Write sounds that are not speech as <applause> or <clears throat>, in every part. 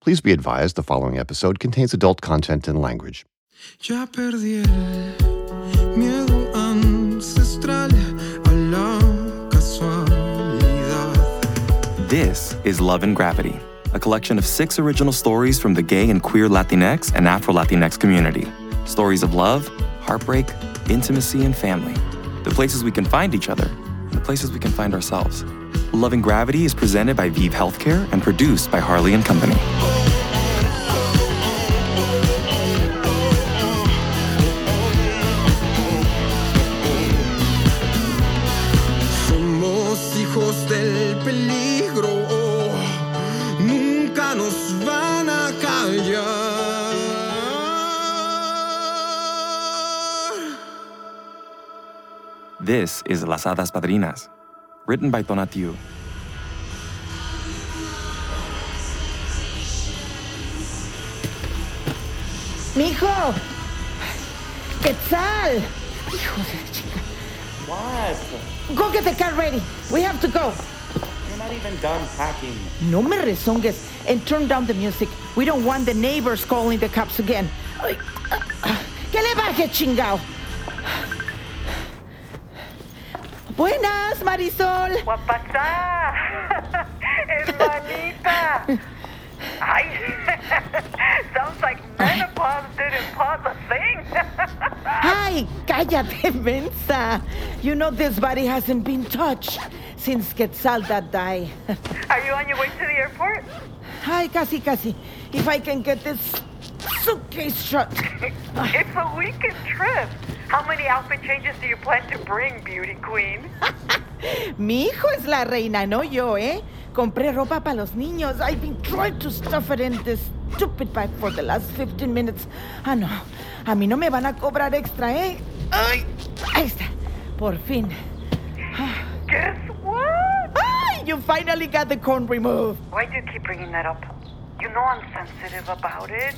Please be advised the following episode contains adult content and language. Ya perdí el miedo ancestral a la casualidad. This is Love and Gravity, a collection of six original stories from the gay and queer Latinx and Afro Latinx community. Stories of love, heartbreak, intimacy, and family. The places we can find each other, and the places we can find ourselves. Love and Gravity is presented by Vive Healthcare and produced by Harley and Company. Somos hijos del peligro. Nunca nos van a <laughs> callar. This is Las Hadas Padrinas, written by Tonatiu. ¡Mijo! ¡Quetzal! ¡Hijo de la chica! What? Go get the car ready. We have to go. You're not even done packing. No me rezongues and turn down the music. We don't want the neighbors calling the cops again. Ay, ah, ah. ¡Que le baje, chingao! Buenas, Marisol. Guapatá, hermanita. Ay, <laughs> sounds like menopause didn't pause a thing. Ay, cállate, <laughs> mensa. You know this body hasn't been touched since Quetzal that died. Are you on your way to the airport? Ay, casi, casi. If I can get this suitcase shut. It's a weekend trip. How many outfit changes do you plan to bring, beauty queen? Mi hijo es la reina, no yo, ¿eh? Compré ropa para los niños. I've been trying to stuff it in this stupid bag for the last 15 minutes. Ah, no. A mí no me van a cobrar extra, ¿eh? ¡Ay! Ahí está. Por fin. Guess what? ¡Ay! You finally got the corn removed. Why do you keep bringing that up? You know I'm sensitive about it.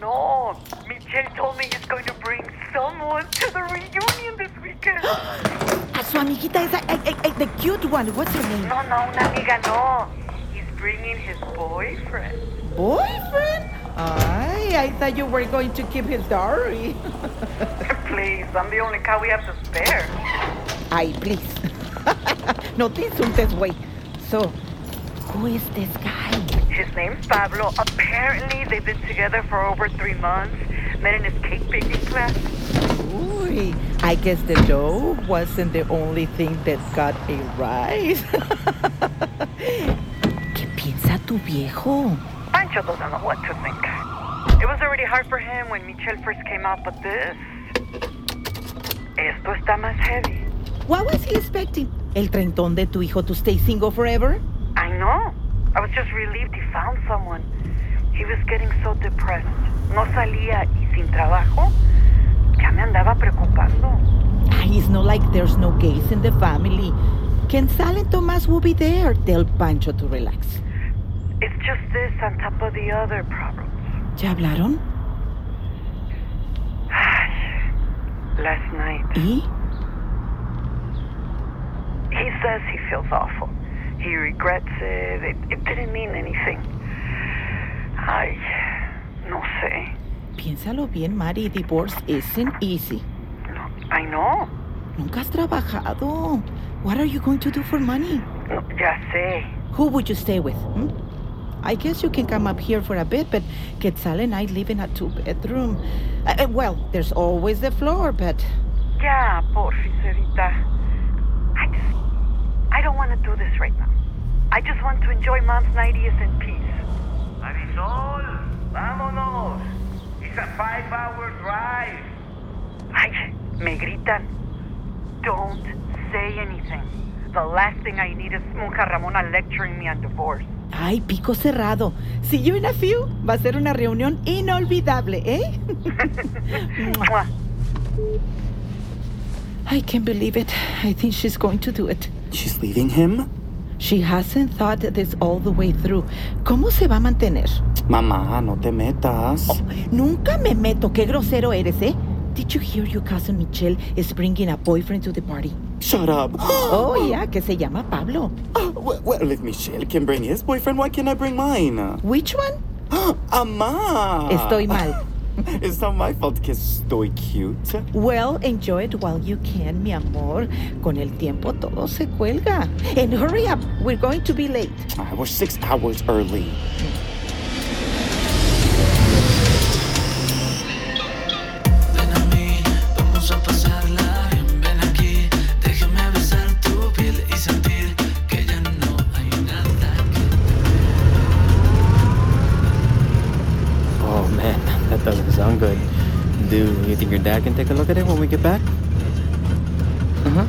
No, Michelle told me he's going to bring someone to the reunion this <gasps> weekend. A su amiguita esa, ay, ay, ay, the cute one. What's her name? No, no, una amiga no. He's bringing his boyfriend. Boyfriend? Ay, I thought you were going to keep his diary. Please, I'm the only car we have to spare. Ay, please. <laughs> no te insultes, güey. So, who is this guy? His name's Pablo. Apparently, they've been together for over three months. Met in his cake baking class. Uy, I guess the dough wasn't the only thing that got a rise. <laughs> ¿Qué piensa tu viejo? Pancho doesn't know what to think. It was already hard for him when Michelle first came out, but this. Esto está más heavy. What was he expecting? ¿El treintón de tu hijo to stay single forever? I know. I was just relieved he found someone. He was getting so depressed. No salía y sin trabajo. Ya me andaba preocupando. Ay, it's Ah, not like there's no gays in the family. Quetzal and Tomás will be there. Tell Pancho to relax. It's just this on top of the other problems. ¿Ya hablaron? Last night, ¿Y? he says he feels awful. He regrets it. It, it didn't mean anything. Ay, no sé. Piénsalo bien, Mari. Divorce isn't easy. No, I know. Nunca has trabajado. What are you going to do for money? No, ya sé. Who would you stay with? hmm? I guess you can come up here for a bit, but Quetzal and I live in a two bedroom. Uh, uh, well, there's always the floor, but. Yeah, porfis, Evita. I just, I don't want to do this right now. I just want to enjoy mom's 90th in peace. Marisol, vámonos. It's a five-hour drive. Ay, me gritan. Don't say anything. The last thing I need is Mucha Ramona lecturing me on divorce. Ay, pico cerrado. See you in a few. Va a ser una reunión inolvidable, ¿eh? Mwah. I can't believe it. I think she's going to do it. She's leaving him? She hasn't thought this all the way through. ¿Cómo se va a mantener? Mamá, no te metas. Nunca me meto. Qué grosero eres, ¿eh? Did you hear your cousin Michelle is bringing a boyfriend to the party? Shut up. <gasps> Oh, yeah, que se llama Pablo. well, well, if Michelle can bring his boyfriend, why can't I bring mine? Which <gasps> one? Ama! Estoy mal. <laughs> It's not my fault que estoy cute. Well, enjoy it while you can, mi amor. Con el tiempo todo se cuelga. And hurry up, we're going to be late. I was six hours early. Ven a mí, vamos a pasarla bien. Ven aquí, déjame besar tu piel y sentir que ya no hay nada que Oh man, <laughs> that doesn't sound good. Dude, you think your dad can take a look at it when we get back? Uh huh.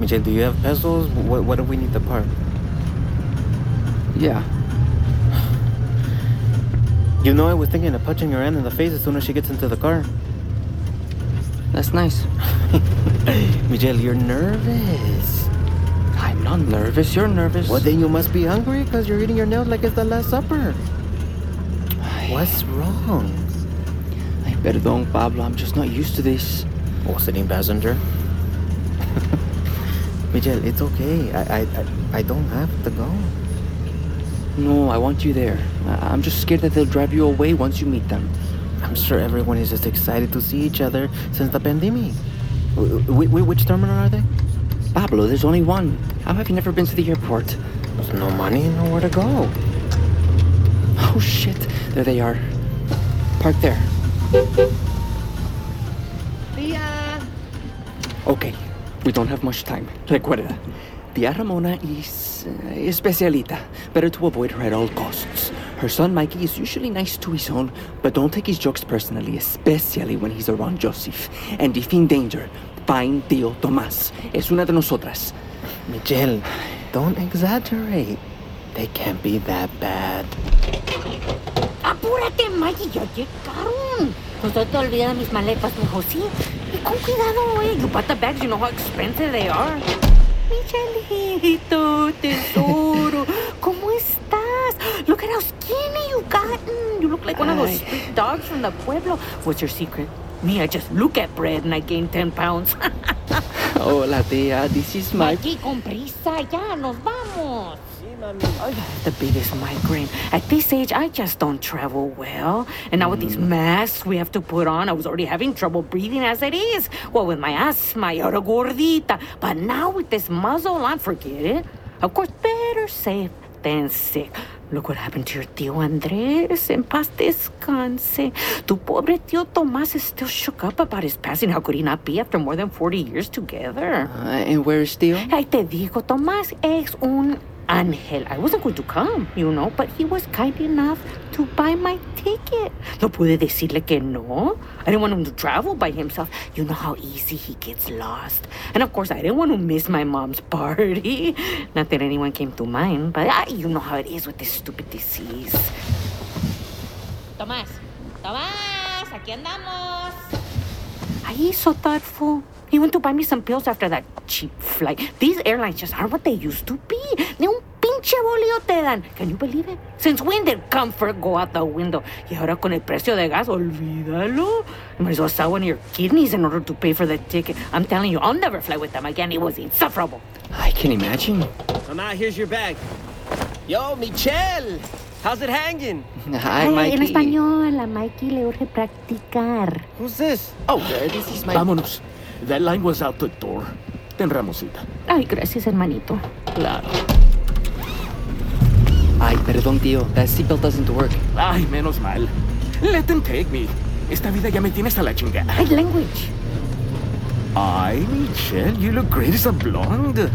Michelle, do you have pencils? What, what do we need to park? Yeah. You know, I was thinking of punching her hand in the face as soon as she gets into the car. That's nice. Michelle, you're nervous. I'm not nervous. You're nervous. Well, then you must be hungry because you're eating your nails like it's the Last Supper. What's wrong? Ay, perdón, Pablo. I'm just not used to this. Oh, sitting <laughs> passenger. Michelle, it's okay. I, I, I- I don't have to go. No, I want you there. I- I'm just scared that they'll drive you away once you meet them. I'm sure everyone is just excited to see each other since the pandemic. W- w- w- which terminal are they? Pablo, there's only one. How have you never been to the airport? There's no money, nowhere to go. Oh shit! There they are. Park there. Tía. Okay, we don't have much time. Recuerda, Tia Ramona is uh, especialita. Better to avoid her at all costs. Her son Mikey is usually nice to his own, but don't take his jokes personally, especially when he's around Joseph. And if in danger, find Tio Tomás. Es una de nosotras. Michelle, don't exaggerate. They can't be that bad. Apúrate, Maggie, ya llegaron. Pues no te olvidas mis maletas, mejor sí. Y con cuidado, eh. You bought the bags, you know how expensive they are. Michelito, tesoro, ¿cómo estás? Look at how skinny you gotten. You look like one of those street dogs from the pueblo. What's your secret? Me, I just look at bread and I gain 10 pounds. <laughs> Hola, Tia. This is Mikey. Maggie, con prisa, ya, nos vamos. I have the biggest migraine. At this age, I just don't travel well. And now with these masks we have to put on, I was already having trouble breathing as it is. Well, with my asthma, you're a gordita. But now with this muzzle on, forget it. Of course, better safe than sick. Look what happened to your tío Andres. En paz descanse. Tu pobre tío Tomás is still shook up about his passing. How could he not be after more than 40 years together? Uh, and where is Tio? I te digo, Tomás es un ángel. I wasn't going to come, you know, but he was kind enough to buy my ticket. No pude decirle que no. I didn't want him to travel by himself. You know how easy he gets lost. And of course, I didn't want to miss my mom's party. <laughs> Not that anyone came to mind, but ah, you know how it is with this stupid disease. Tomás, Tomás, aquí andamos. Ay, he's so thoughtful. He went to buy me some pills after that cheap flight. These airlines just aren't what they used to be. Ni un pinche bolillo te dan. Can you believe it? Since when did comfort go out the window? Y ahora con el precio de gas, olvídalo. You might as well sell one of your kidneys in order to pay for that ticket. I'm telling you, I'll never fly with them again. It was insufferable. I can imagine. Mama, here's your bag. Yo, Michelle! How's it <laughs> hanging? Hi, Mikey. español, a Mikey le urge practicar. Who's this? Oh, there, this is my. Vámonos. That line was out the door. Ten Ramosita. Ay, gracias, hermanito. Claro. Ay, perdón, Tio. That seatbelt doesn't work. Ay, menos mal. Let them take me. Esta vida ya me tiene hasta la chingada. Ay, language. Ay, Michelle, you look great as a blonde.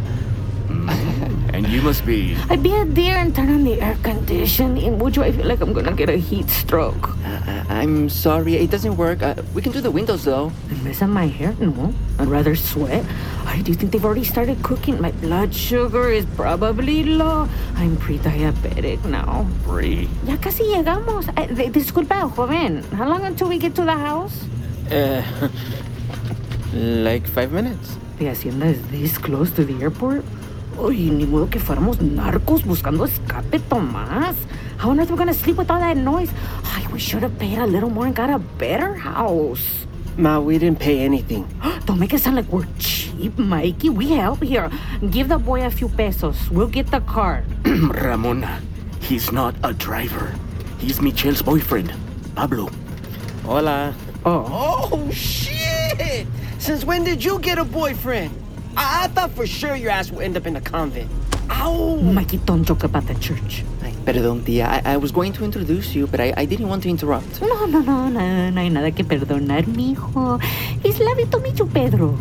Mm, and you must be. I'd be a deer and turn on the air conditioning. Would you? I feel like I'm gonna get a heat stroke. I- Uh, I'm sorry. It doesn't work. Uh, we can do the windows, though. I'm messing my hair? No. I'd rather sweat. I do think they've already started cooking. My blood sugar is probably low. I'm pre-diabetic now. Free. <clears throat> Ya casi llegamos. Eh, di- disculpa, joven. How long until we get to the house? Uh, <laughs> like five minutes. The hacienda is this close to the airport? Uy, ni modo que fuéramos narcos buscando escape, Tomás. How on earth are we gonna sleep with all that noise? Ay, we should have paid a little more and got a better house. Ma, we didn't pay anything. Don't make it sound like we're cheap, Mikey. We help here. Give the boy a few pesos. We'll get the car. Ramona, he's not a driver. He's Michelle's boyfriend, Pablo. Hola. Oh. Oh, shit! Since when did you get a boyfriend? I, I thought for sure your ass would end up in a convent. Oh. Ow! Mikey, don't joke about the church. Perdón, tía. I, I was going to introduce you, but I, I didn't want to interrupt. No, no, no, no, no hay nada que perdonar, mijo. Es la de Tomillo Pedro.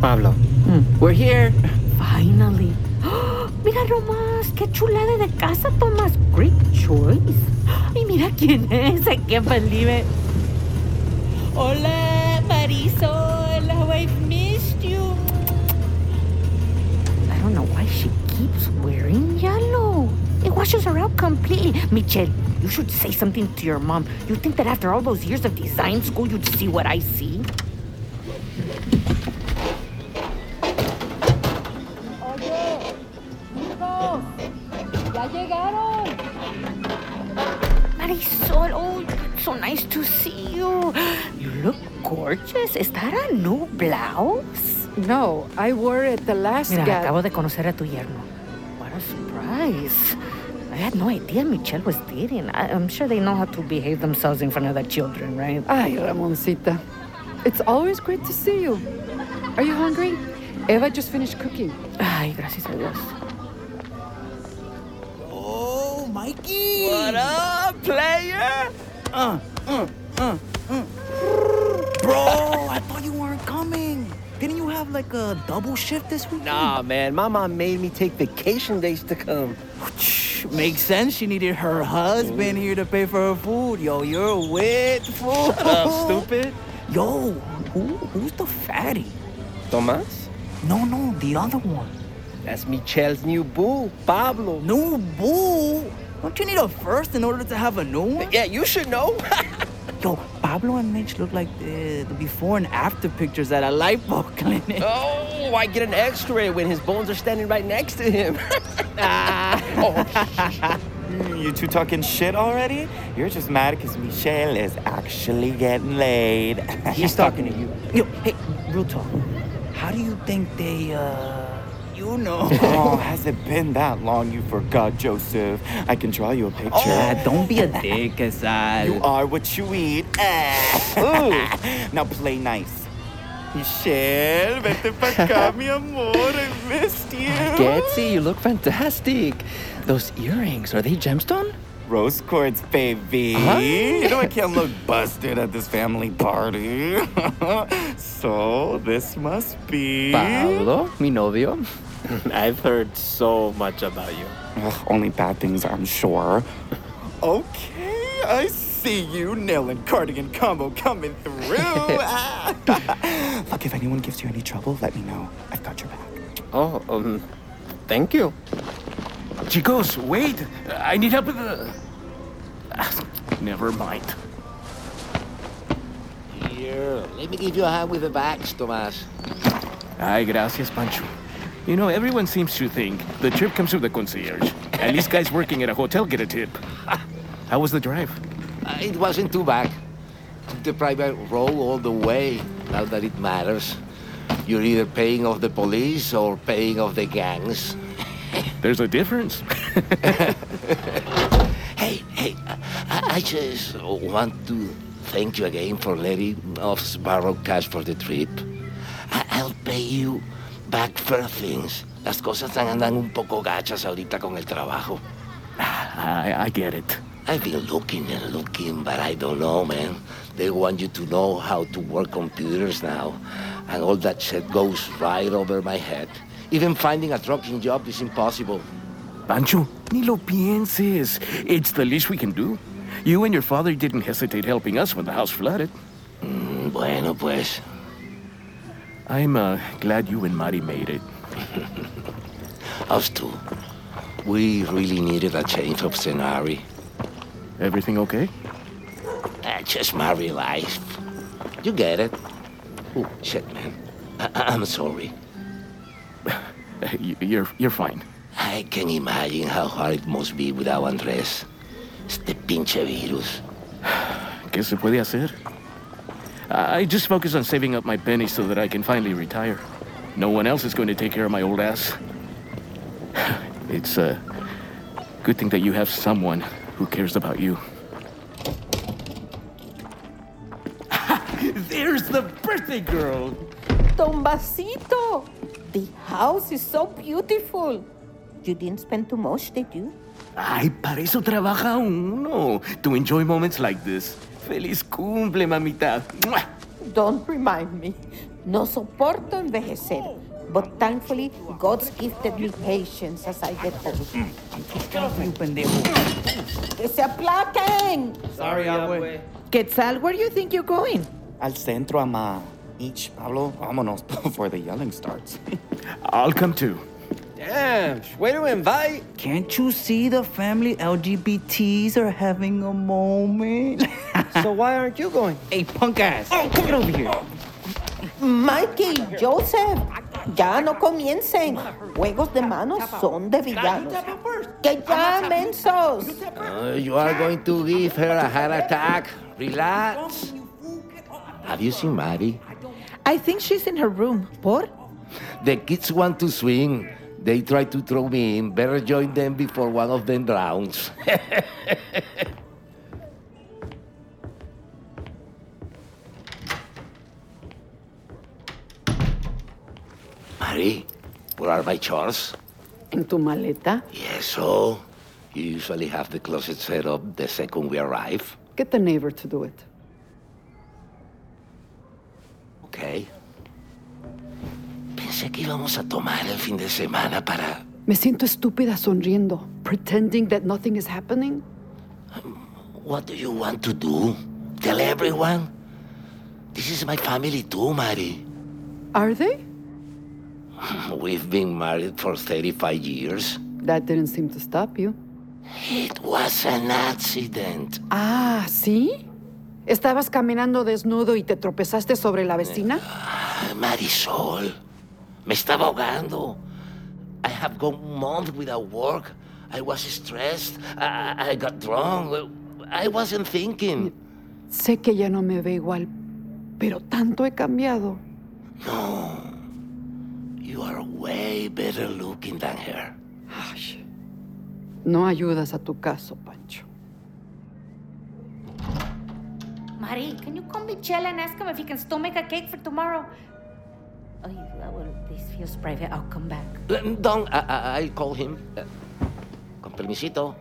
Pablo. Hmm, We're here. Finally. <gasps> Mira nomás, qué chulada de casa, Tomás. Great choice. Y mira quién es, I can't believe it. Hola, Marisol. How I've missed you. I don't know why she keeps wearing yellow. It washes her out completely. Michelle, you should say something to your mom. You think that after all those years of design school, you'd see what I see? ¡Ya llegaron! Marisol, oh, so nice to see you. <gasps> You look gorgeous. Is that a new blouse? No, I wore it the last Mira, ga- acabo de conocer a tu yerno. What a surprise. I had no idea Michelle was dating. I, I'm sure they know how to behave themselves in front of the children, right? Ay, Ramoncita. It's always great to see you. Are you hungry? Eva just finished cooking. Ay, gracias a Dios. Oh, Mikey! What up, player? Uh, uh, uh, uh. Bro, I thought you weren't coming. Didn't you have like a double shift this week? Nah, man, my mom made me take vacation days to come. Makes sense. She needed her husband here to pay for her food. Yo, you're a wit, fool. Shut up, stupid. Yo, who, who's the fatty? Tomas? No, no, the other one. That's Michelle's new boo, Pablo. New boo? Don't you need a first in order to have a new one? Yeah, you should know. <laughs> Yo, Pablo and Mitch look like Eh, the, the before and after pictures at a <laughs> lipo clinic. Oh, I get an X-ray when his bones are standing right next to him. <laughs> Ah. You two talking shit already? You're just mad because Michelle is actually getting laid. He's talking to you. Yo, hey, real talk. How do you think they, uh, you know? <laughs> oh, <laughs> has it been that long? You forgot, Joseph. I can draw you a picture. Yeah, Oh, don't be a dick, Asad. You are what you <laughs> eat. Ah. now play nice. Michelle, vete <laughs> pa' acá, mi amor. I missed you. Getsy, you look fantastic. Those earrings, are they gemstone? Rose quartz, baby. Huh? You know I can't look busted at this family party. <laughs> so this must be Pablo, mi novio. <laughs> I've heard so much about you. only bad things, I'm <laughs> sure. <laughs> Okay, I see you, nail and cardigan combo coming through. <laughs> Ah. Look, if anyone gives you any trouble, let me know. I've got your back. Oh, um, thank you. Chicos, wait. I need help with the. Ah, Never mind. Here, let me give you a hand with the bags, Tomas. Ay, gracias, Pancho. You know, everyone seems to think the trip comes from the concierge. At least guys working at a hotel get a tip. <laughs> How was the drive? Uh, It wasn't too bad. Took the private road all the way, now that it matters. You're either paying off the police or paying off the gangs. <laughs> There's a difference. <laughs> hey, hey, I, I just want to thank you again for letting us borrow cash for the trip. I, I'll pay you back for things. Las cosas están andando un poco gachas ahorita con el trabajo. I, I get it. I've been looking and looking, but I don't know, man. They want you to know how to work computers now, and all that shit goes right over my head. Even finding a trucking job is impossible. Pancho, ni lo pienses. It's the least we can do. You and your father didn't hesitate helping us when the house flooded. Mm, bueno, pues. I'm uh, glad you and Mari made it. Us two. We really needed a change of scenery. Everything okay? Uh, just my real life. You get it. Oh, shit, man. I- I- am sorry. You're, you're fine. I can imagine how hard it must be without Andres. Este pinche virus. ¿Qué se puede hacer? I I just focus on saving up my pennies so that I can finally retire. No one else is going to take care of my old ass. <sighs> It's a good thing that you have someone who cares about <laughs> you. There's the birthday girl. Tomasito, the house is so beautiful. You didn't spend too much, did you? Ay, para eso trabaja uno. To enjoy moments like this. Feliz cumple, mamita. Mwah! Don't remind me. No soporto envejecer. But thankfully, God's gifted me patience as I get old. Mm. ¡Que se aplaquen! Sorry, Abue. Quetzal, where do you think you're going? Al centro, ama. Each Pablo, vámonos <laughs> before the yelling starts. <laughs> I'll come too. Damn, way to invite. Can't you see the family LGBTs are having a <laughs> moment? so why aren't you going? Hey, punk ass. Oh, come on over here. Mikey, Joseph, ya no comiencen. Juegos de manos son de villanos. ¡Que ya, mensos! Uh, you are going to give her a heart attack. Relax. Have you seen Maddie? I think she's in her room. Por? The kids want to swing. They try to throw me in. Better join them before one of them drowns. <laughs> Marie, where are my chores? En tu maleta, Yes, so you usually have the closet set up the second we arrive. get the neighbor to do it. Okay. Pensé que íbamos a tomar el fin de semana para. Me siento estúpida sonriendo, pretending that nothing is happening. What do you want to do? Tell everyone. This is my family too, Mari. <laughs> Are they? We've been married for 35 years. That didn't seem to stop you. It was an accident. Ah, ¿sí? ¿Estabas caminando desnudo y te tropezaste sobre la vecina? Marisol, me estaba ahogando. I have gone months without work. I was stressed. I, I- I got drunk. I wasn't thinking. Sé que ya no me ve igual, pero tanto he cambiado. No. You are way better looking than her. No ayudas a tu caso, Pancho. Mari, can you call Michelle and ask him if he can still make a cake for tomorrow? Oh, well, this feels private. I'll come back. Uh, Don't. I, I, I'll call him. Uh, Con permisito.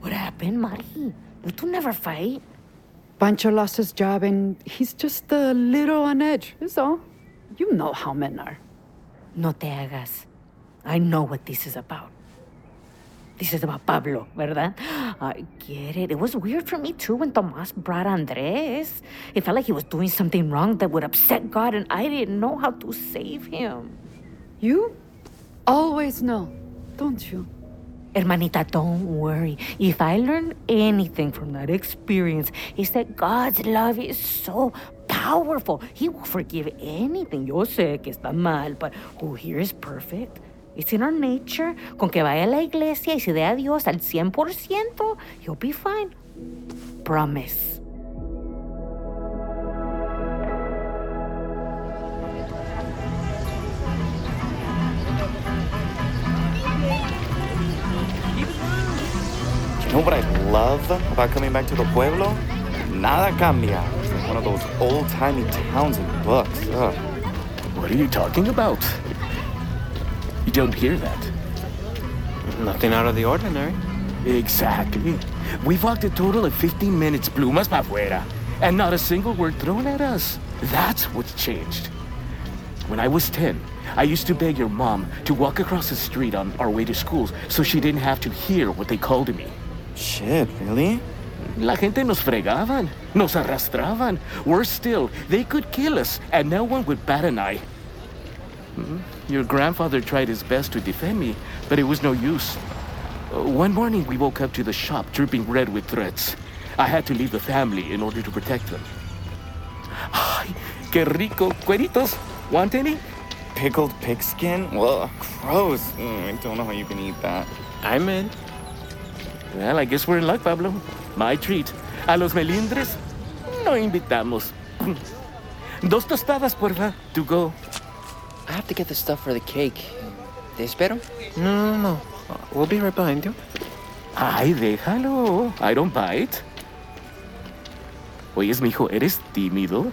What happened, Mari? You two never fight. Pancho lost his job and he's just a little on edge, is all. You know how men are. No te hagas. I know Oh, what this is about. This is about Pablo, ¿verdad? I get it. It was weird for me too when Tomas brought Andres. It felt like he was doing something wrong that would upset God, and I didn't know how to save him. You always know, don't you? Hermanita, don't worry. If I learned anything from that experience, it's that God's love is so powerful. He will forgive anything. Yo sé que está mal, but who here is perfect? It's in our nature. Con que vaya a la iglesia y se dé a Dios al 100%, you'll be fine. Promise. You know what I love about coming back to the pueblo? Nada cambia. It's like one of those old timey towns and books. Ugh. What are you talking about? You don't hear that. Nothing out of the ordinary. Exactly. We've walked a total of 15 minutes, plumas pa' fuera, and not a single word thrown at us. That's what's changed. When I was 10, I used to beg your mom to walk across the street on our way to schools so she didn't have to hear what they called me. Shit, really? La gente nos fregaban, nos arrastraban. Worse still, they could kill us, and no one would bat an eye. Hmm? Your grandfather tried his best to defend me, but it was no use. Uh, One morning, we woke up to the shop dripping red with threats. I had to leave the family in order to protect them. Ay, qué rico. Cueritos, want any? Pickled pig skin? Well, gross. Mm, I don't know how you can eat that. I'm in. Well, I guess we're in luck, Pablo. My treat. A los melindres no invitamos. Dos tostadas, porfa, to go. I have to get the stuff for the cake. ¿Te espero? No, no, no. We'll be right behind you. Ay, déjalo. I don't bite. Oyes, mijo, ¿eres tímido?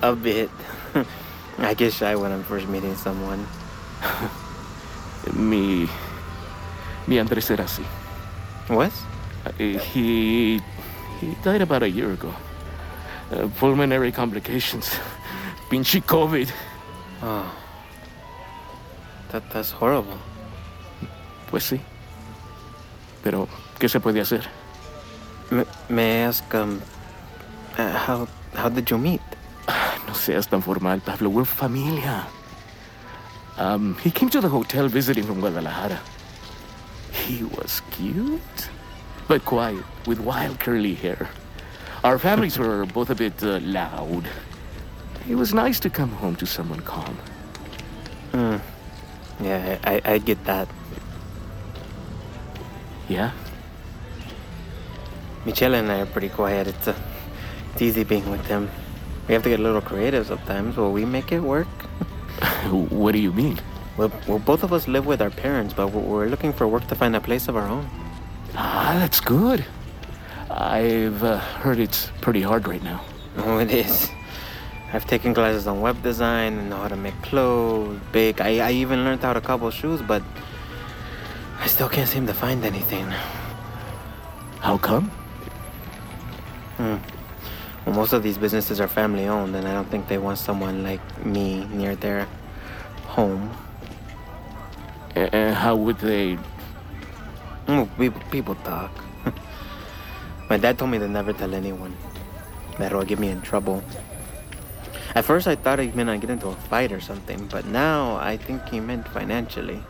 A bit. <laughs> I get shy when I'm first meeting someone. Mi. Mi Andrés era así. What? Uh, he. He died about a year ago. Uh, pulmonary complications. <laughs> Pinche COVID. Oh. That, that's horrible. Pues sí. Pero, ¿qué se puede hacer? M- may I ask, um, uh, how, how did you meet? Ah, No seas tan formal, Pablo. We're familia. Um, he came to the hotel visiting from Guadalajara. He was cute, but quiet, with wild curly hair. Our <laughs> families were both a bit uh, loud. It was nice to come home to someone calm. Hmm. Yeah, I, I get that. Yeah? Michelle and I are pretty quiet. It's, uh, it's easy being with them. We have to get a little creative sometimes. Will we make it work? <laughs> what do you mean? Well, well, both of us live with our parents, but we're- we're looking for work to find a place of our own. Ah, that's good. I've uh, heard it's pretty hard right now. Oh, it is. I've taken classes on web design and know how to make clothes, bake. I, I even learned how to cobble shoes, but I still can't seem to find anything. How come? Hmm. Well, most of these businesses are family owned, and I don't think they want someone like me near their home. A- And how would they? Mm, we, people talk. <laughs> My dad told me to never tell anyone. That'll get me in trouble. At first, I thought he meant I'd get into a fight or something, but now I think he meant financially.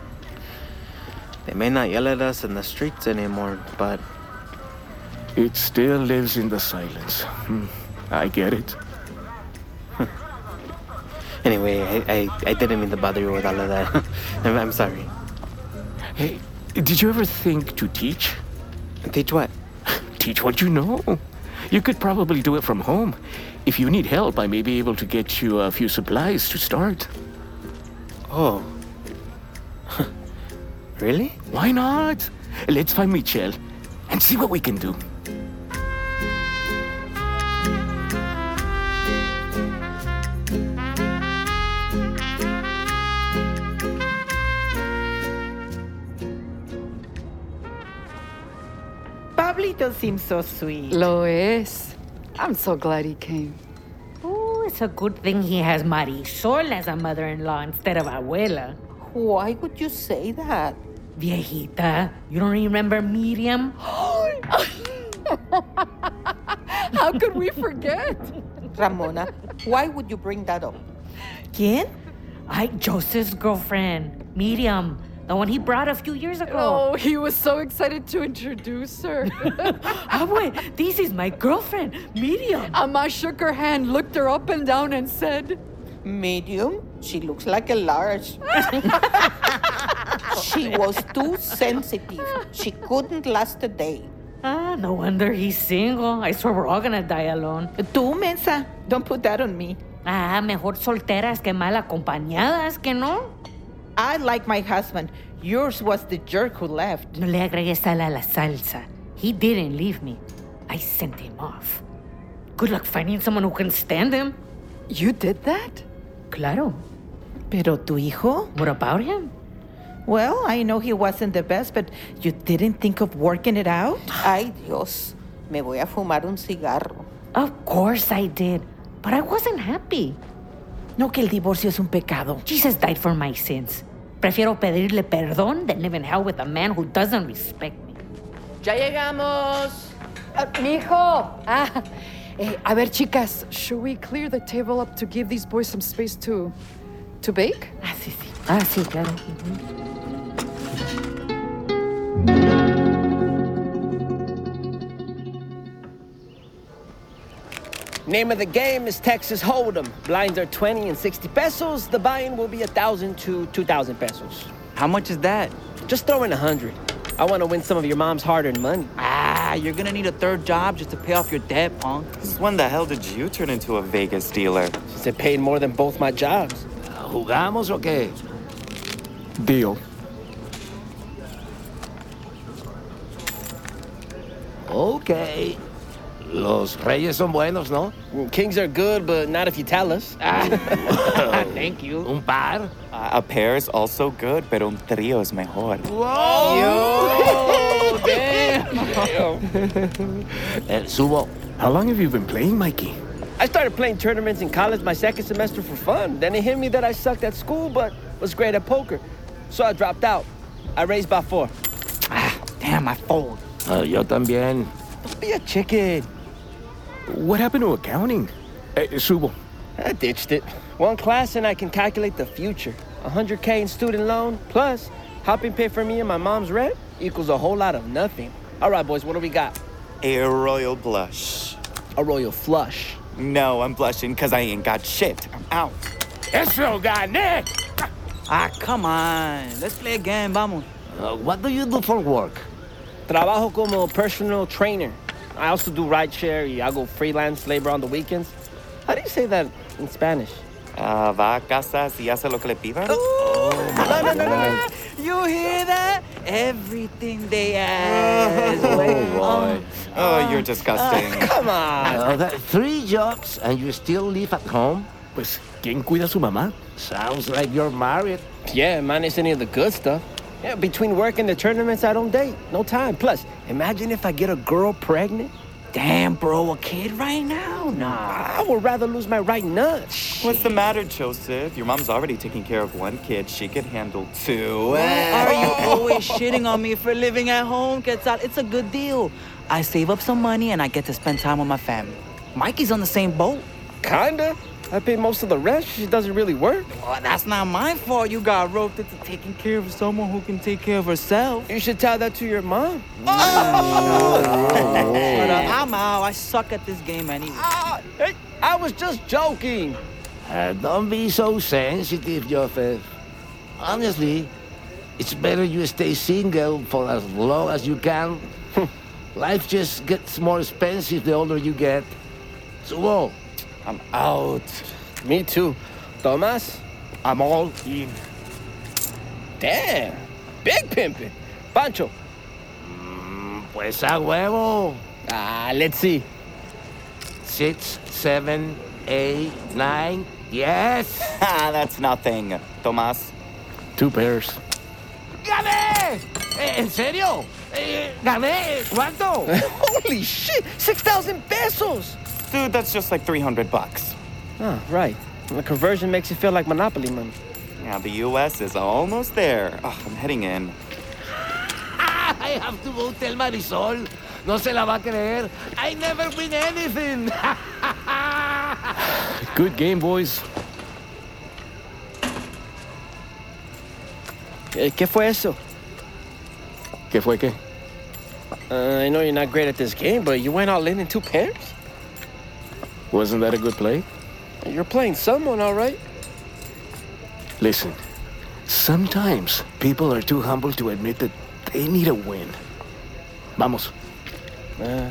They may not yell at us in the streets anymore, but It still lives in the silence. Hmm. I get it. <laughs> anyway, I, I, I didn't mean to bother you with all of that. <laughs> I'm, I'm sorry. Hey, did you ever think to teach? Teach what? <laughs> Teach what you know. You could probably do it from home. If you need help, I may be able to get you a few supplies to start. <laughs> Oh. really? Why not? Let's find Michelle and see what we can do. Pablito seems so sweet. Lois, I'm so glad he came. Oh, it's a good thing he has Marisol as a mother in law instead of Abuela. Why would you say that? Viejita, you don't remember Miriam? How could <laughs> we forget? Ramona, why would you bring that up? ¿Quién? I, Joseph's girlfriend, Miriam, the one he brought a few years ago. Oh, he was so excited to introduce <laughs> her. Abue, Ah, this is my girlfriend, Miriam. Amma shook her hand, looked her up and down, and said, Medium? She looks like a large. <laughs> she was too sensitive. She couldn't last a day. Ah, no wonder he's single. I swear we're all gonna die alone. Tú, Mensa, don't put that on me. Ah, mejor solteras que mal acompañadas, que no? I like my husband. Yours was the jerk who left. No le agregues sal a la salsa. He didn't leave me. I sent him off. Good luck finding someone who can stand him. You did that? Claro. Pero tu hijo? What about him? Well, I know he wasn't the best, but you didn't think of working it <sighs> out? Ay, Dios. Me voy a fumar un cigarro. Of course I did. But I wasn't happy. No que el divorcio es un pecado. Jesus died for my sins. Prefiero pedirle perdón than live in hell with a man who doesn't respect me. Ya llegamos. Uh, Mijo. Ah, eh, a ver, chicas, should we clear the table up to give these boys some space to, to bake? Ah, sí, claro. Name of the game is Texas Hold'em. Blinds are 20 and 60 pesos. The buy-in will be 1,000 to 2,000 pesos. How much is that? Just throw in 100. I want to win some of your mom's hard-earned money. Ah. Yeah, you're gonna need a third job just to pay off your debt, punk. When the hell did you turn into a Vegas dealer? Since it paid more than both my jobs. ¿Jugamos o qué? Deal. Okay. Los reyes son buenos, ¿no? Ah. Kings are good, but not if you tell <laughs> us. <laughs> Thank you. Un par. Ah. Uh, a pair is also good, pero un trio is mejor. Oh, <laughs> Whoa! damn. subo. How long have you been playing, Mikey? I started playing tournaments in college my second semester for fun. Then it hit me that I sucked at school, but was great at poker. So I dropped out. I raised by four. Damn, I fold. Ah, yo también. Don't be a chicken. What happened to accounting? Eh, subo. I ditched it. One class and I can calculate the future. 100K in student loan, plus hopping pay for me and my mom's rent equals a whole lot of nothing. All right, boys, what do we got? A royal blush. A royal flush. No, I'm blushing because I ain't got shit. I'm out. Eso gané. Ah, come on. Let's play a game, vamos. Uh, what do you do for work? Trabajo como personal trainer. I also do rideshare. I go freelance labor on the weekends. How do you say that in Spanish? Ah, Uh, va a casa si hace lo que le pidan. Oh, No, no, no, no. You hear that? Everything they ask. Wait, um, Oh, you're disgusting. come on. Uh, that- three jobs and you still live at home? Pues, ¿quién cuida a su mamá? Sounds like you're married. Yeah, minus any of the good stuff. Yeah, between work and the tournaments, I don't date. No time. Plus, imagine if I get a girl pregnant. Damn, bro, a kid right now? Nah, I would rather lose my right nut. What's the matter, Joseph? Your mom's already taking care of one kid. She could handle two. Why are you Oh. always shitting on me for living at home, Quetzal? It's a good deal. I save up some money and I get to spend time with my family. Mikey's on the same boat. Kinda. I pay most of the rent. She doesn't really work. Well, Oh, that's not my fault. You got roped into taking care of someone who can take care of herself. You should tell that to your mom. <laughs> But, uh, Oh. I'm out. I suck at this game anyway. Ah. hey, I was just joking. Uh, don't be so sensitive, Joseph. Honestly, it's better you stay single for as long as you <laughs> can. Life just gets more expensive the older you get. So, whoa. I'm out. Me too. Thomas, I'm all in. Damn, big pimping. Pancho. Mm, Pues a huevo. Ah, let's see. Six, seven, eight, nine. Yes. ah, <laughs> that's nothing. Tomas. Two pairs. ¡Gané! Eh, ¿En serio? Eh, ¿Gané? <laughs> ¿Cuánto? Holy shit! 6,000 pesos! Dude, that's just like 300 bucks. Ah, right. The conversion makes it feel like Monopoly money. Yeah, the US is almost there. Ugh, I'm heading in. <laughs> I have to vote El Marisol. No se la va a creer. I never win anything. <laughs> Good game, boys. Eh, ¿Qué fue eso? ¿Qué fue qué? Uh, I know you're not great at this game, but you went all in in two pairs? Wasn't that a good play? You're playing someone, all right? <laughs> Listen, sometimes people are too humble to admit that they need a win. Vamos. Uh, Eh,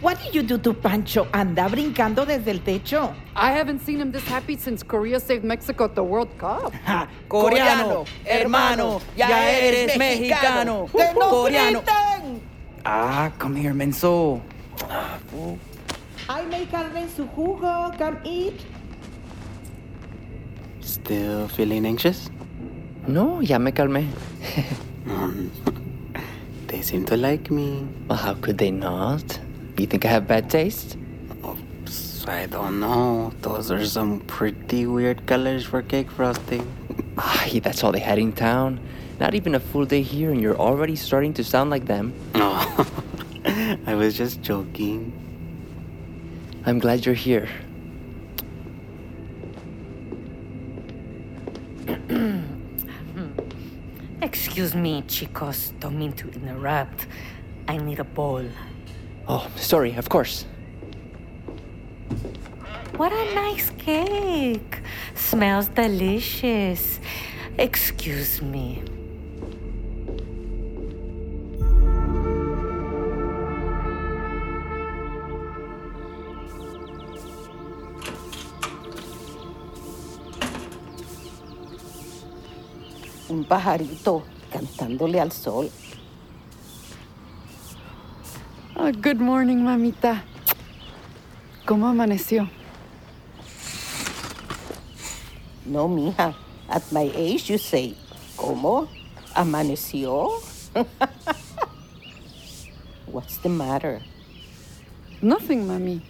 What do you do to Pancho? Anda brincando desde el techo. I haven't seen him this happy since Korea saved Mexico at the World Cup. Coreano, hermano, ya eres mexicano. Que no Coreano. Ah, come here, menso. I make carne en su jugo. Come eat. Still feeling anxious? No, ya me calmé. <laughs> They seem to like me. Well, how could they not? You think I have bad taste? Oops, I don't know. Those are some pretty weird colors for cake frosting. Ay, that's all they had in town. Not even a full day here, and you're already starting to sound like them. Oh, <laughs> I was just joking. I'm glad you're here. Excuse me, chicos. Don't mean to interrupt. I need a ball. Oh, sorry, of course. What a nice cake. Smells delicious. Excuse me. Un pajarito cantándole al sol. Ah, good morning, mamita. ¿Cómo amaneció? No, mija. At my age, you say, ¿cómo? ¿Amaneció? <laughs> What's the matter? Nothing, mami.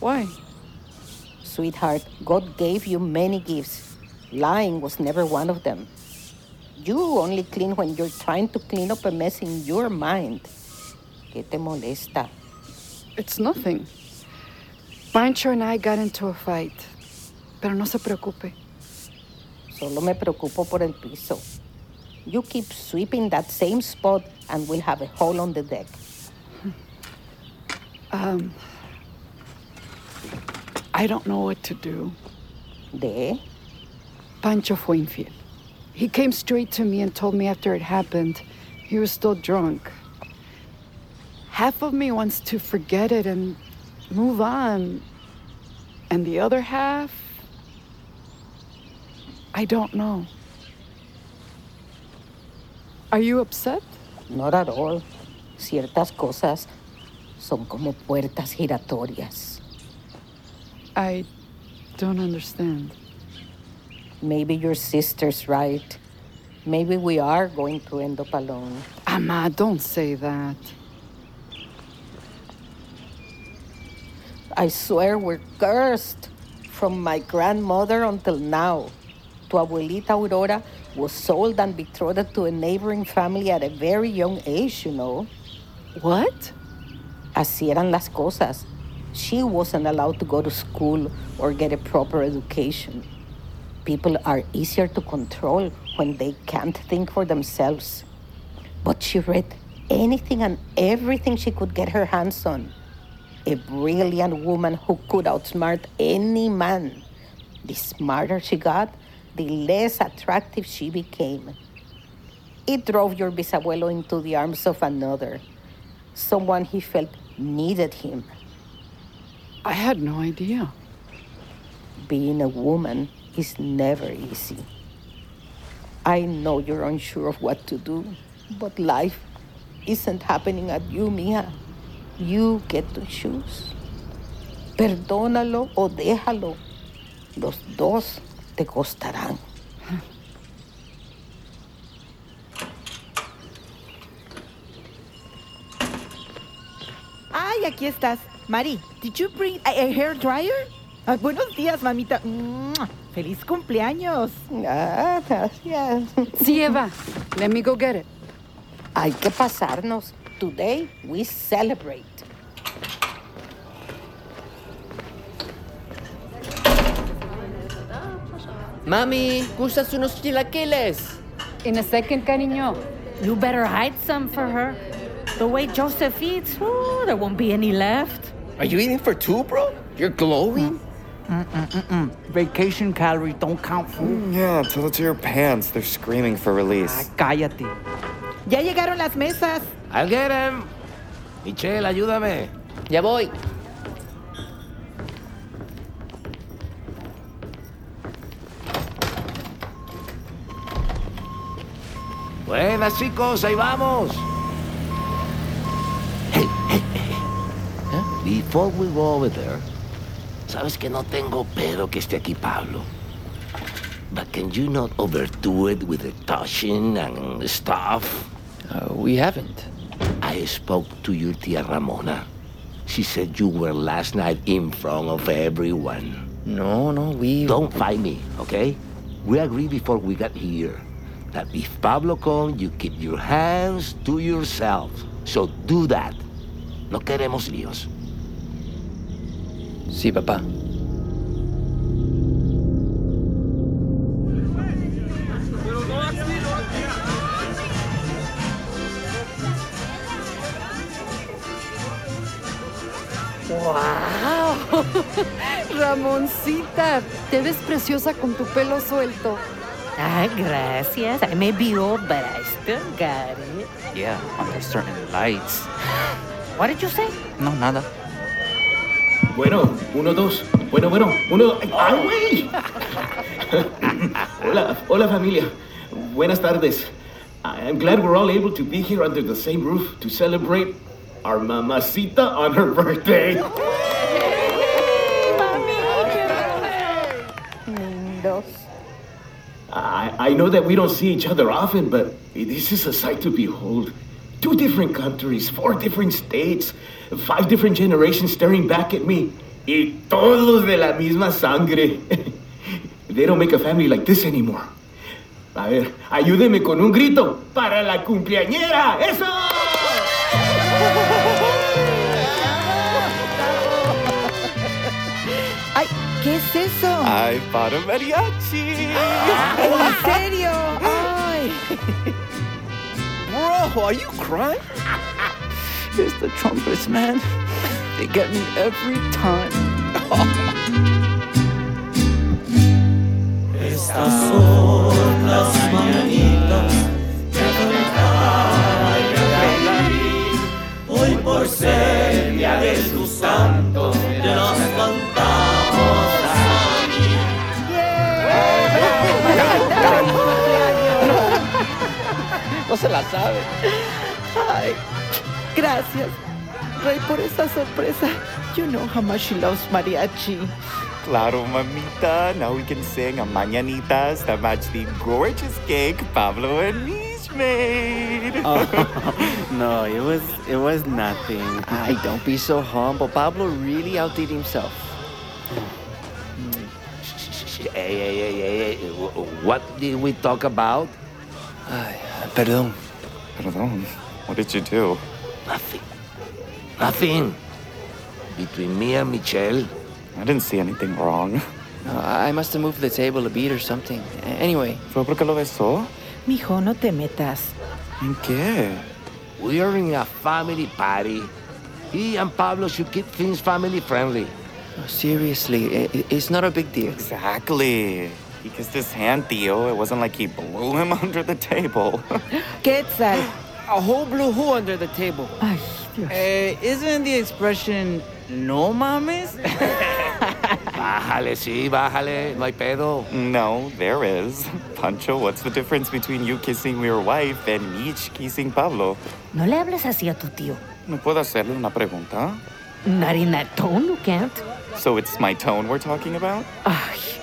Why? Sweetheart, God gave you many gifts. Lying was never one of them. You only clean when you're trying to clean up a mess in your mind. ¿Qué te molesta? It's nothing. Pancho and I got into a fight. Pero no se preocupe. Solo me preocupo por el piso. You keep sweeping that same spot and we'll have a hole on the deck. Um, I don't know what to do. ¿De? Pancho fue infiel. He came straight to me and told me after it happened he was still drunk. Half of me wants to forget it and move on. And the other half, I don't know. Are you upset? Not at all. Ciertas cosas son como puertas giratorias. I don't understand. Maybe your sister's right. Maybe we are going to end up alone. Ama, don't say that. I swear we're cursed. From my grandmother until now. Tu abuelita Aurora was sold and betrothed to a neighboring family at a very young age, you know. What? Así eran las cosas. She wasn't allowed to go to school or get a proper education. People are easier to control when they can't think for themselves. But she read anything and everything she could get her hands on. A brilliant woman who could outsmart any man. The smarter she got, the less attractive she became. It drove your bisabuelo into the arms of another, someone he felt needed him. I had no idea. Being a woman is never easy. I know you're unsure of what to do, but life isn't happening at you, mija. You get to choose. Perdónalo o déjalo. Los dos te costarán. Ay, aquí estás. Mari, did you bring a, a hair dryer? Ah, buenos días, mamita. ¡Mua! Feliz cumpleaños. Ah, gracias. Sí, Eva. Let me go get it. Hay que pasarnos. Today we celebrate. Mami, ¿gustas unos chilaquiles? In a second, cariño. You better hide some for her. The way Joseph eats, ooh, there won't be any left. Are you eating for two, bro? You're glowing? Mm-mm-mm-mm. Vacation calories don't count, fool. Yeah, till it's your pants. They're screaming for release. Cállate. Ya llegaron las mesas. Ah, I'll get him. Michelle, ayúdame. Ya voy. Buenas, chicos, ahí vamos. Hey, hey, hey. Huh? Before we go over there, sabes que no tengo pero que esté aquí Pablo. But can you not overdo it with the touching and stuff? we haven't. I spoke to your tia Ramona. She said you were last night in front of everyone. No, no, we. Don't fight me, okay? We agreed before we got here that if Pablo comes, you keep your hands to yourself. So do that. No queremos líos. Sí, papá. ¡Wow! Ramoncita, te ves preciosa con tu pelo suelto. Ah, gracias. I may be old, but I still got it. Yeah, under certain lights. What did you say? No, nada. Bueno, uno, dos. Bueno, bueno, uno. ¡Ay, güey! <laughs> hola, hola familia. Buenas tardes. I- I'm glad we're all able to be here under the same roof to celebrate our mamacita on her birthday. Lindos. I, I know that we don't see each other often, but this is a sight to behold. Two different countries, four different states, five different generations staring back at me. Y todos de la misma sangre. <laughs> they don't make a family like this anymore. A ver, ayúdeme con un grito para la cumpleañera. ¡Eso! Ay, ¿qué es eso? I bought a mariachi. <gasps> ¿En serio? Ay. Bro, are you crying? <laughs> it's the trumpets, man. They get me every <laughs> time. Estas son las mañanitas que cantaba y cantaba Hoy por ser el día de su santo, te las cantamos No se la sabe. Ay, gracias, Rey, por esa sorpresa. You know how much she loves mariachi. Claro, mamita. Now we can sing a mañanitas that match the gorgeous cake Pablo and Mish made. Oh. <laughs> no, it was it was nothing. Ay, don't be so humble. Pablo really outdid himself. Hey, hey, hey, hey, hey, wh- what did we talk about? Perdón. Perdón. What did you do? Nothing. Nothing. Between me and Michelle. I didn't see anything wrong. No, I I must have moved the table a beat or something. A- Anyway. ¿Fue porque lo besó? Mijo, no te metas. ¿En qué? We are in a family party. He and Pablo should keep things family friendly. No, seriously, i- i- it's not a big deal. Exactly. He kissed his hand, Theo. It wasn't like he blew him <laughs> under the table. Quetzal. A whole blue who under the table. Eh, isn't the expression no mames? Bájale, sí, bájale. No hay pedo. no, there is. <laughs> Pancho, what's the difference between you kissing your wife and Mitch kissing Pablo? No le hables así a tu tío. ¿Me puedo hacerle una pregunta? Not in that tone, you can't. So it's my tone we're talking about?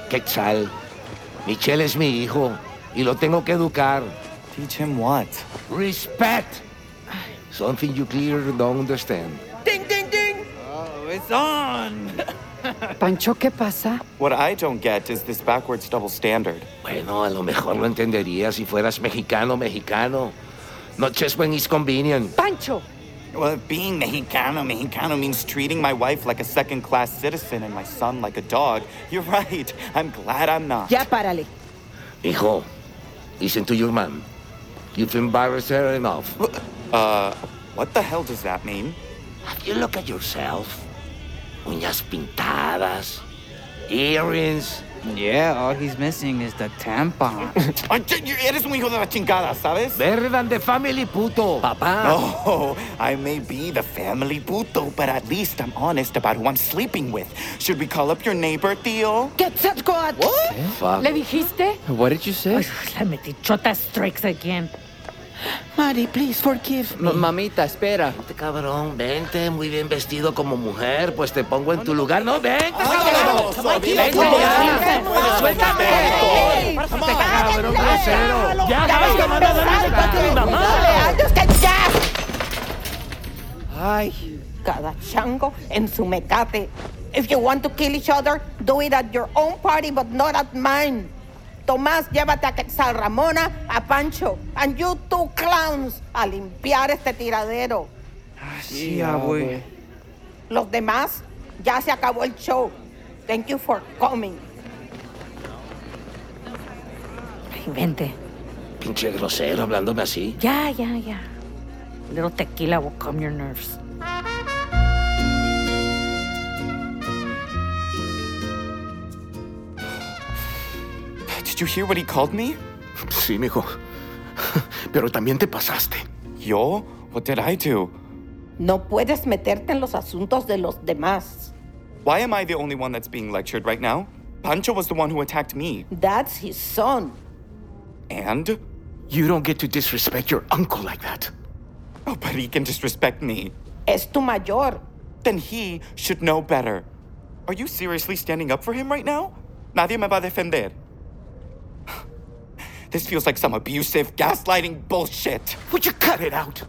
Quetzal. Michelle es mi hijo y lo tengo que educar. Teach him what? Respect. Something you clearly don't understand. ding, ding, ding! Oh, it's on! Pancho, ¿qué pasa? What I don't get is this backwards double standard. Bueno, a lo mejor lo entendería si fueras mexicano, mexicano. Not just when it's convenient. Pancho! Well, being Mexicano, Mexicano means treating my wife like a second class citizen and my son like a dog. You're right. I'm glad I'm not. Ya párale. Hijo, listen to your mom. You've embarrassed her enough. Uh, what the hell does that mean? Have you look at yourself? Uñas pintadas, earrings. Yeah, all he's missing is the tampon. Ay, ch- Eres un hijo de la chingada, ¿sabes? Better than the family puto. Papá. No, I may be the family puto, but at least I'm honest about who I'm sleeping with. Should we call up your neighbor, Theo? Quetzalcoatl. Fuck. ¿Le dijiste? What did you say? Pues La metichota strikes again. Mari, please forgive me. mamita, espera. Este cabrón, vente, muy bien vestido como mujer, pues te pongo en tu lugar. No, vente, no, cabrón. no, no, Vente no, no, ya. no, no, no, Suéltame. no, Pásate, cabrón, grosero. Ya sabes que no me de parte de mi mamá. Ay. Cada chango en su mecate. If you want to kill each other, do it at your own party, but not at mine. Tomás, llévate a Quetzal Ramona, a Pancho, and you two clowns a limpiar este tiradero. Sí, abue. Los demás, ya se acabó el show. Thank you for coming. Vente. Pinche grosero hablándome así. Ya, ya, ya. A little tequila will calm your nerves. Did you hear what he called me? Sí, mijo. <laughs> Pero también te pasaste. Yo? What did I do? No puedes meterte en los asuntos de los demás. Why am I the only one that's being lectured right now? Pancho was the one who attacked me. That's his son. And? You don't get to disrespect your uncle like that. Oh, but he can disrespect me. Es tu mayor. Then he should know better. Are you seriously standing up for him right now? Nadie me va a defender. <sighs> This feels like some abusive, gaslighting bullshit. Would you cut it out?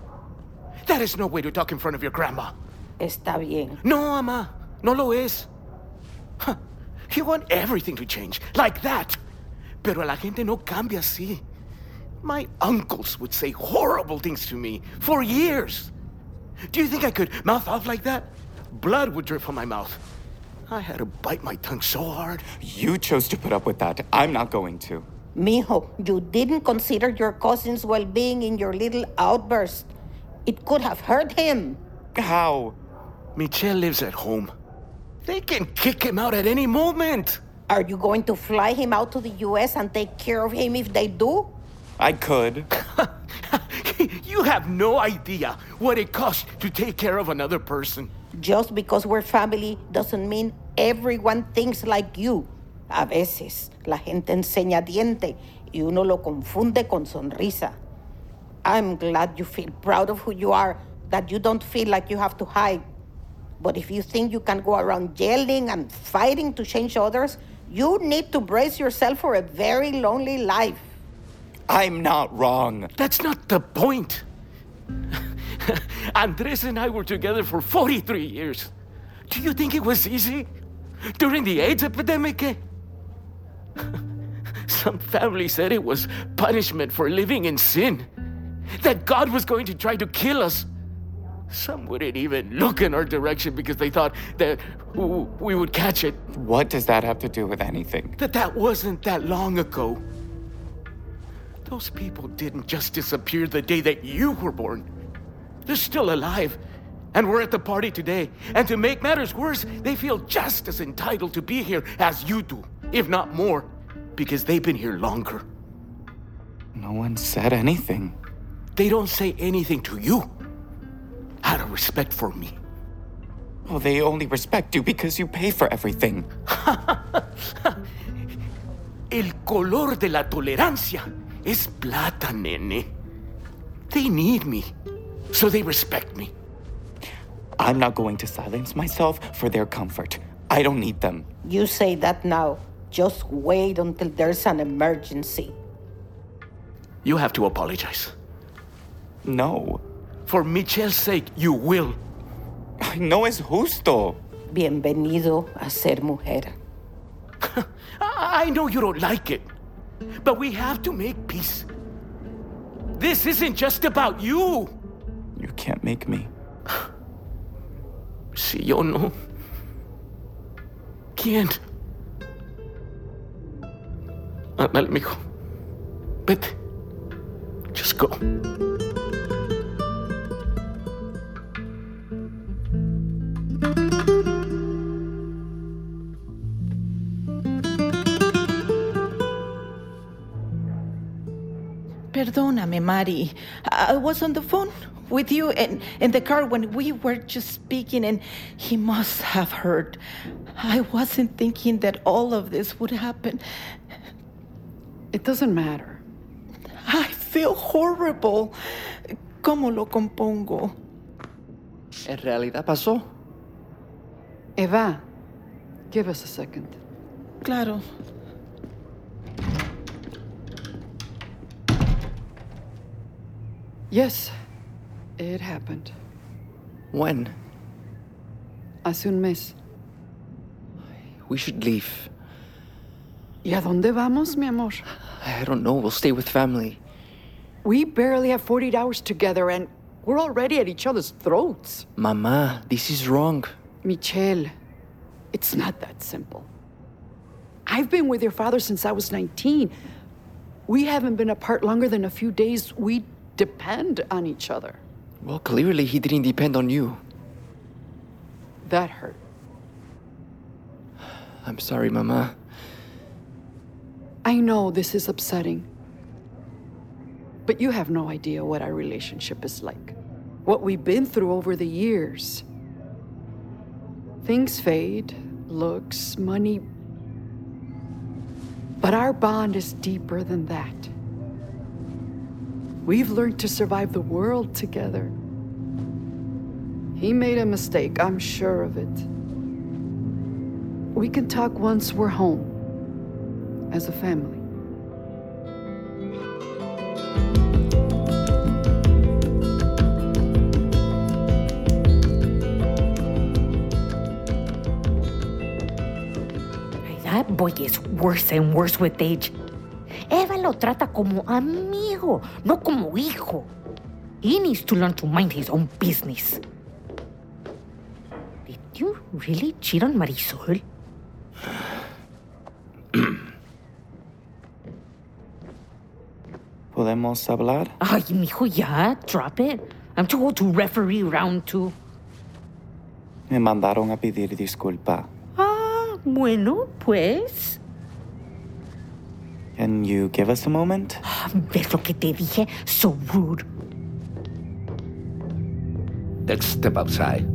That is no way to talk in front of your grandma. Está bien. No, ama. No lo es. Huh. You want everything to change, like that. Pero la gente no cambia así. My uncles would say horrible things to me for years. Do you think I could mouth off like that? Blood would drip from my mouth. I had to bite my tongue so hard. You chose to put up with that. I'm not going to. Mijo, you didn't consider your cousin's well being in your little outburst. It could have hurt him. How? Michelle lives at home. They can kick him out at any moment. Are you going to fly him out to the U.S. and take care of him if they do? I could. <laughs> You have no idea what it costs to take care of another person. Just because we're family doesn't mean everyone thinks like you. A veces la gente enseña diente y uno lo confunde con sonrisa. I'm glad you feel proud of who you are, that you don't feel like you have to hide. But if you think you can go around yelling and fighting to change others, you need to brace yourself for a very lonely life. I'm not wrong. That's not the point. <laughs> Andres and I were together for 43 years. Do you think it was easy? During the AIDS epidemic? eh? <laughs> Some family said it was punishment for living in sin, that God was going to try to kill us. Some wouldn't even look in our direction because they thought that w- we would catch it. What does that have to do with anything? That that wasn't that long ago. Those people didn't just disappear the day that you were born. They're still alive, and we're at the party today. And to make matters worse, they feel just as entitled to be here as you do, if not more, because they've been here longer. No one said anything. They don't say <laughs> anything to you out of respect for me. Well, they only respect you because you pay for everything. El color de la tolerancia es plata, nene. They need me, so they respect me. I'm not going to silence myself for their comfort. I don't need them. You say that now. Just wait until there's an emergency. You have to apologize. No. For Michelle's sake, you will. No es justo. Bienvenido a ser mujer. I I know you don't like it, but we have to make peace. This isn't just about you. You can't make me. <sighs> Si yo no. ¿Quién? Ándale, mijo. Vete. Just go. Perdóname, Mari. I was on the phone with you in, in the car when we were just speaking, and he must have heard. I wasn't thinking that all of this would happen. It doesn't matter. I feel horrible. ¿Cómo lo compongo? En realidad pasó. Eva, give us a second. Claro. Yes, it happened. When? Hace un mes. We should leave. ¿Y a dónde vamos, mi amor? I don't know. We'll stay with family. We barely have 48 hours together and we're already at each other's throats. Mama, this is wrong. Michelle, it's not that simple. I've been with your father since I was 19. We haven't been apart longer than a few days. We depend on each other. Well, clearly he didn't depend on you. That hurt. I'm sorry, Mama. I know this is upsetting, but you have no idea what our relationship is like, what we've been through over the years. Things fade, looks, money, but our bond is deeper than that. We've learned to survive the world together. He made a mistake, I'm sure of it. We can talk once we're home, as a family. That boy is worse and worse with age. Eva lo trata como amigo, no como hijo. He needs to learn to mind his own business. Did you really cheat on Marisol? Podemos hablar? Ay, mijo, ya, drop it. I'm too old to referee round two. Me mandaron a pedir disculpa. Ah, bueno, pues. Can you give us a moment? Ah, ¿Ves lo que te dije? So rude. Let's step outside.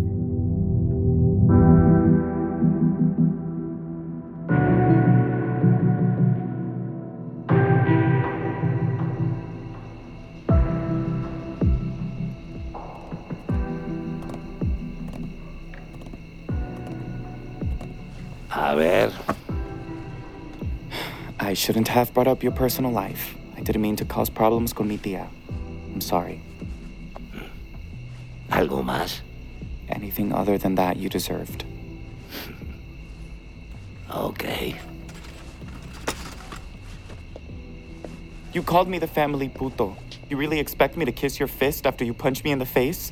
A ver. I shouldn't have brought up your personal life. I didn't mean to cause problems con mi tía. I'm sorry. ¿Algo más? Anything other than that you deserved. Okay. You called me the family puto. You really expect me to kiss your fist after you punch me in the face?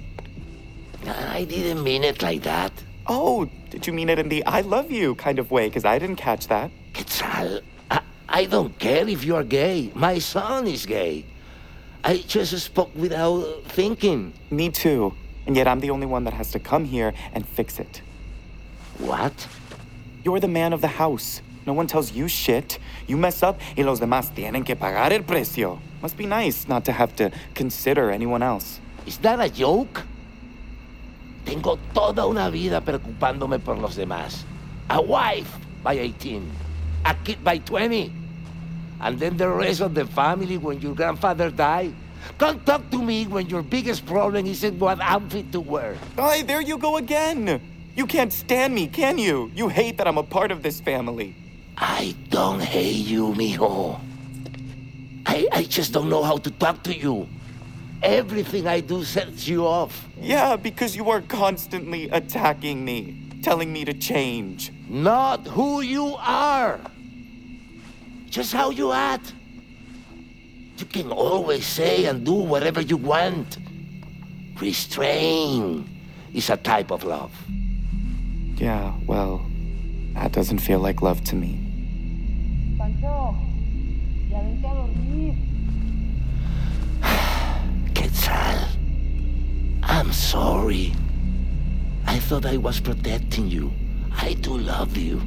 I didn't mean it like that. Oh, did you mean it in the I love you kind of way? Because I didn't catch that. Quetzal, I, I don't care if you are gay. My son is gay. I just spoke without thinking. Me too. And yet I'm the only one that has to come here and fix it. What? You're the man of the house. No one tells you shit. You mess up, y los demás tienen que pagar el precio. Must be nice not to have to consider anyone else. Is that a joke? Tengo toda una vida preocupándome por los demás. A wife by 18, a kid by 20, and then the rest of the family when your grandfather died. Come talk to me when your biggest problem isn't what outfit to wear. Ay, there you go again. You can't stand me, can you? You hate that I'm a part of this family. I don't hate you, mijo. I, I just don't know how to talk to you. Everything I do sets you off. Yeah, because you are constantly attacking me, telling me to change. Not who you are. Just how you act. You can always say and do whatever you want. Restraint is a type of love. Yeah, well, that doesn't feel like love to me. Pancho, ya vente a dormir. Quetzal, I'm sorry. I thought I was protecting you. I do love you.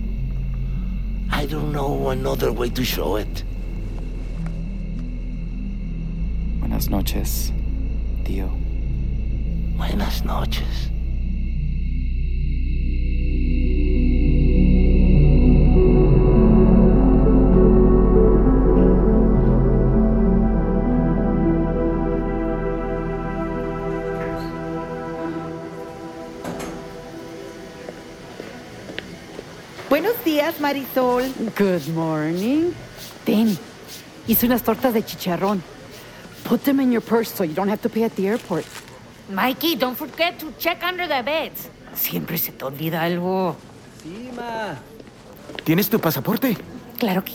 I don't know another way to show it. Buenas noches, tío. Buenas noches. Buenos días, Marisol. Good morning. Danny, hice unas tortas de chicharrón. Put them in your purse so you don't have to pay at the airport. Mikey, don't forget to check under the beds. Siempre se te olvida algo. ¿Tienes tu pasaporte? Claro que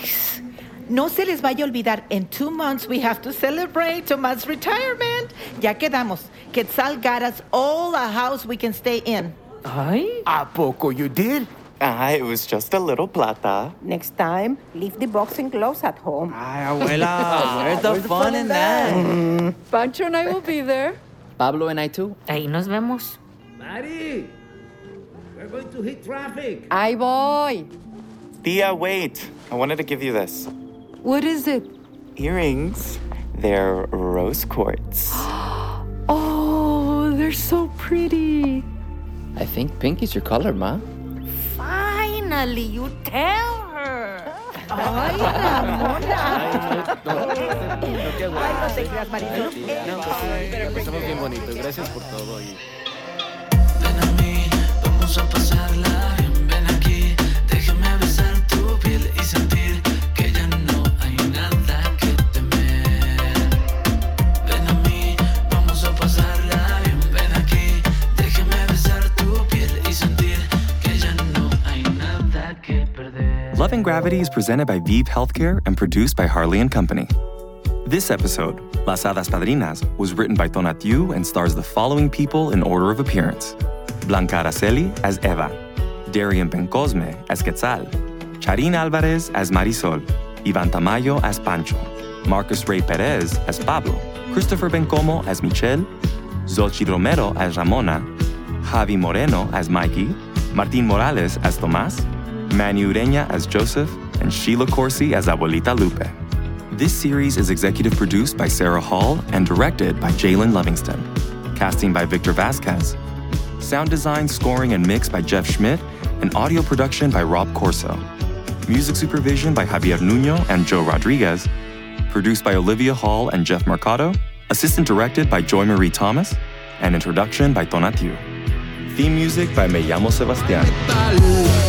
yes. No se les vaya a olvidar, in two months we have to celebrate Tomás' retirement. Ya quedamos. Quetzal got us all a house we can stay in. Ay. A poco you did? Ah, it was just a little plata. Next time, leave the boxing gloves at home. Ay, abuela, <laughs> where's the Ah, Where's the fun fun in in that? Mm. Pancho and I will be there. Pablo and I too. Ahí nos vemos. Mari, we're going to hit traffic. I boy. Tia, wait. I wanted to give you this. What is it? Earrings. They're rose quartz. <gasps> Oh, they're so pretty. I think pink is your color, ma. Finally, you tell her. Ay, Ay, no te creas, Marisol. La pasamos bien bonito. Gracias por todo. y- Vamos a pasarla bien, ven aquí, déjame besar tu piel y sentir que ya no hay nada que temer. Ven a mí, vamos a pasarla bien, ven aquí, déjame besar tu piel y sentir que ya no hay nada que perder. Love and Gravity is presented by Veeve Healthcare and produced by Harley and Company. This episode, Las Hadas Padrinas, was written by Tonatiu and stars the following people in order of appearance. Blanca Araceli as Eva, Darian Pencosme as Quetzal, Charin Alvarez as Marisol, Ivan Tamayo as Pancho, Marcus Ray Perez as Pablo, Christopher Bencomo as Michel, Zolchi Romero as Ramona, Javi Moreno as Mikey, Martin Morales as Tomás, Manu Ureña as Joseph, and Sheila Corsi as Abuelita Lupe. This series is executive produced by Sarah Hall and directed by Jalen Livingston. Casting by Victor Vasquez. Sound design, scoring, and mix by Jeff Schmidt, and audio production by Rob Corso. Music supervision by Javier Nuno and Joe Rodriguez. Produced by Olivia Hall and Jeff Mercado. Assistant directed by Joy Marie Thomas. And introduction by Tonatiu. Theme music by Me Llamo Sebastián. Balloon.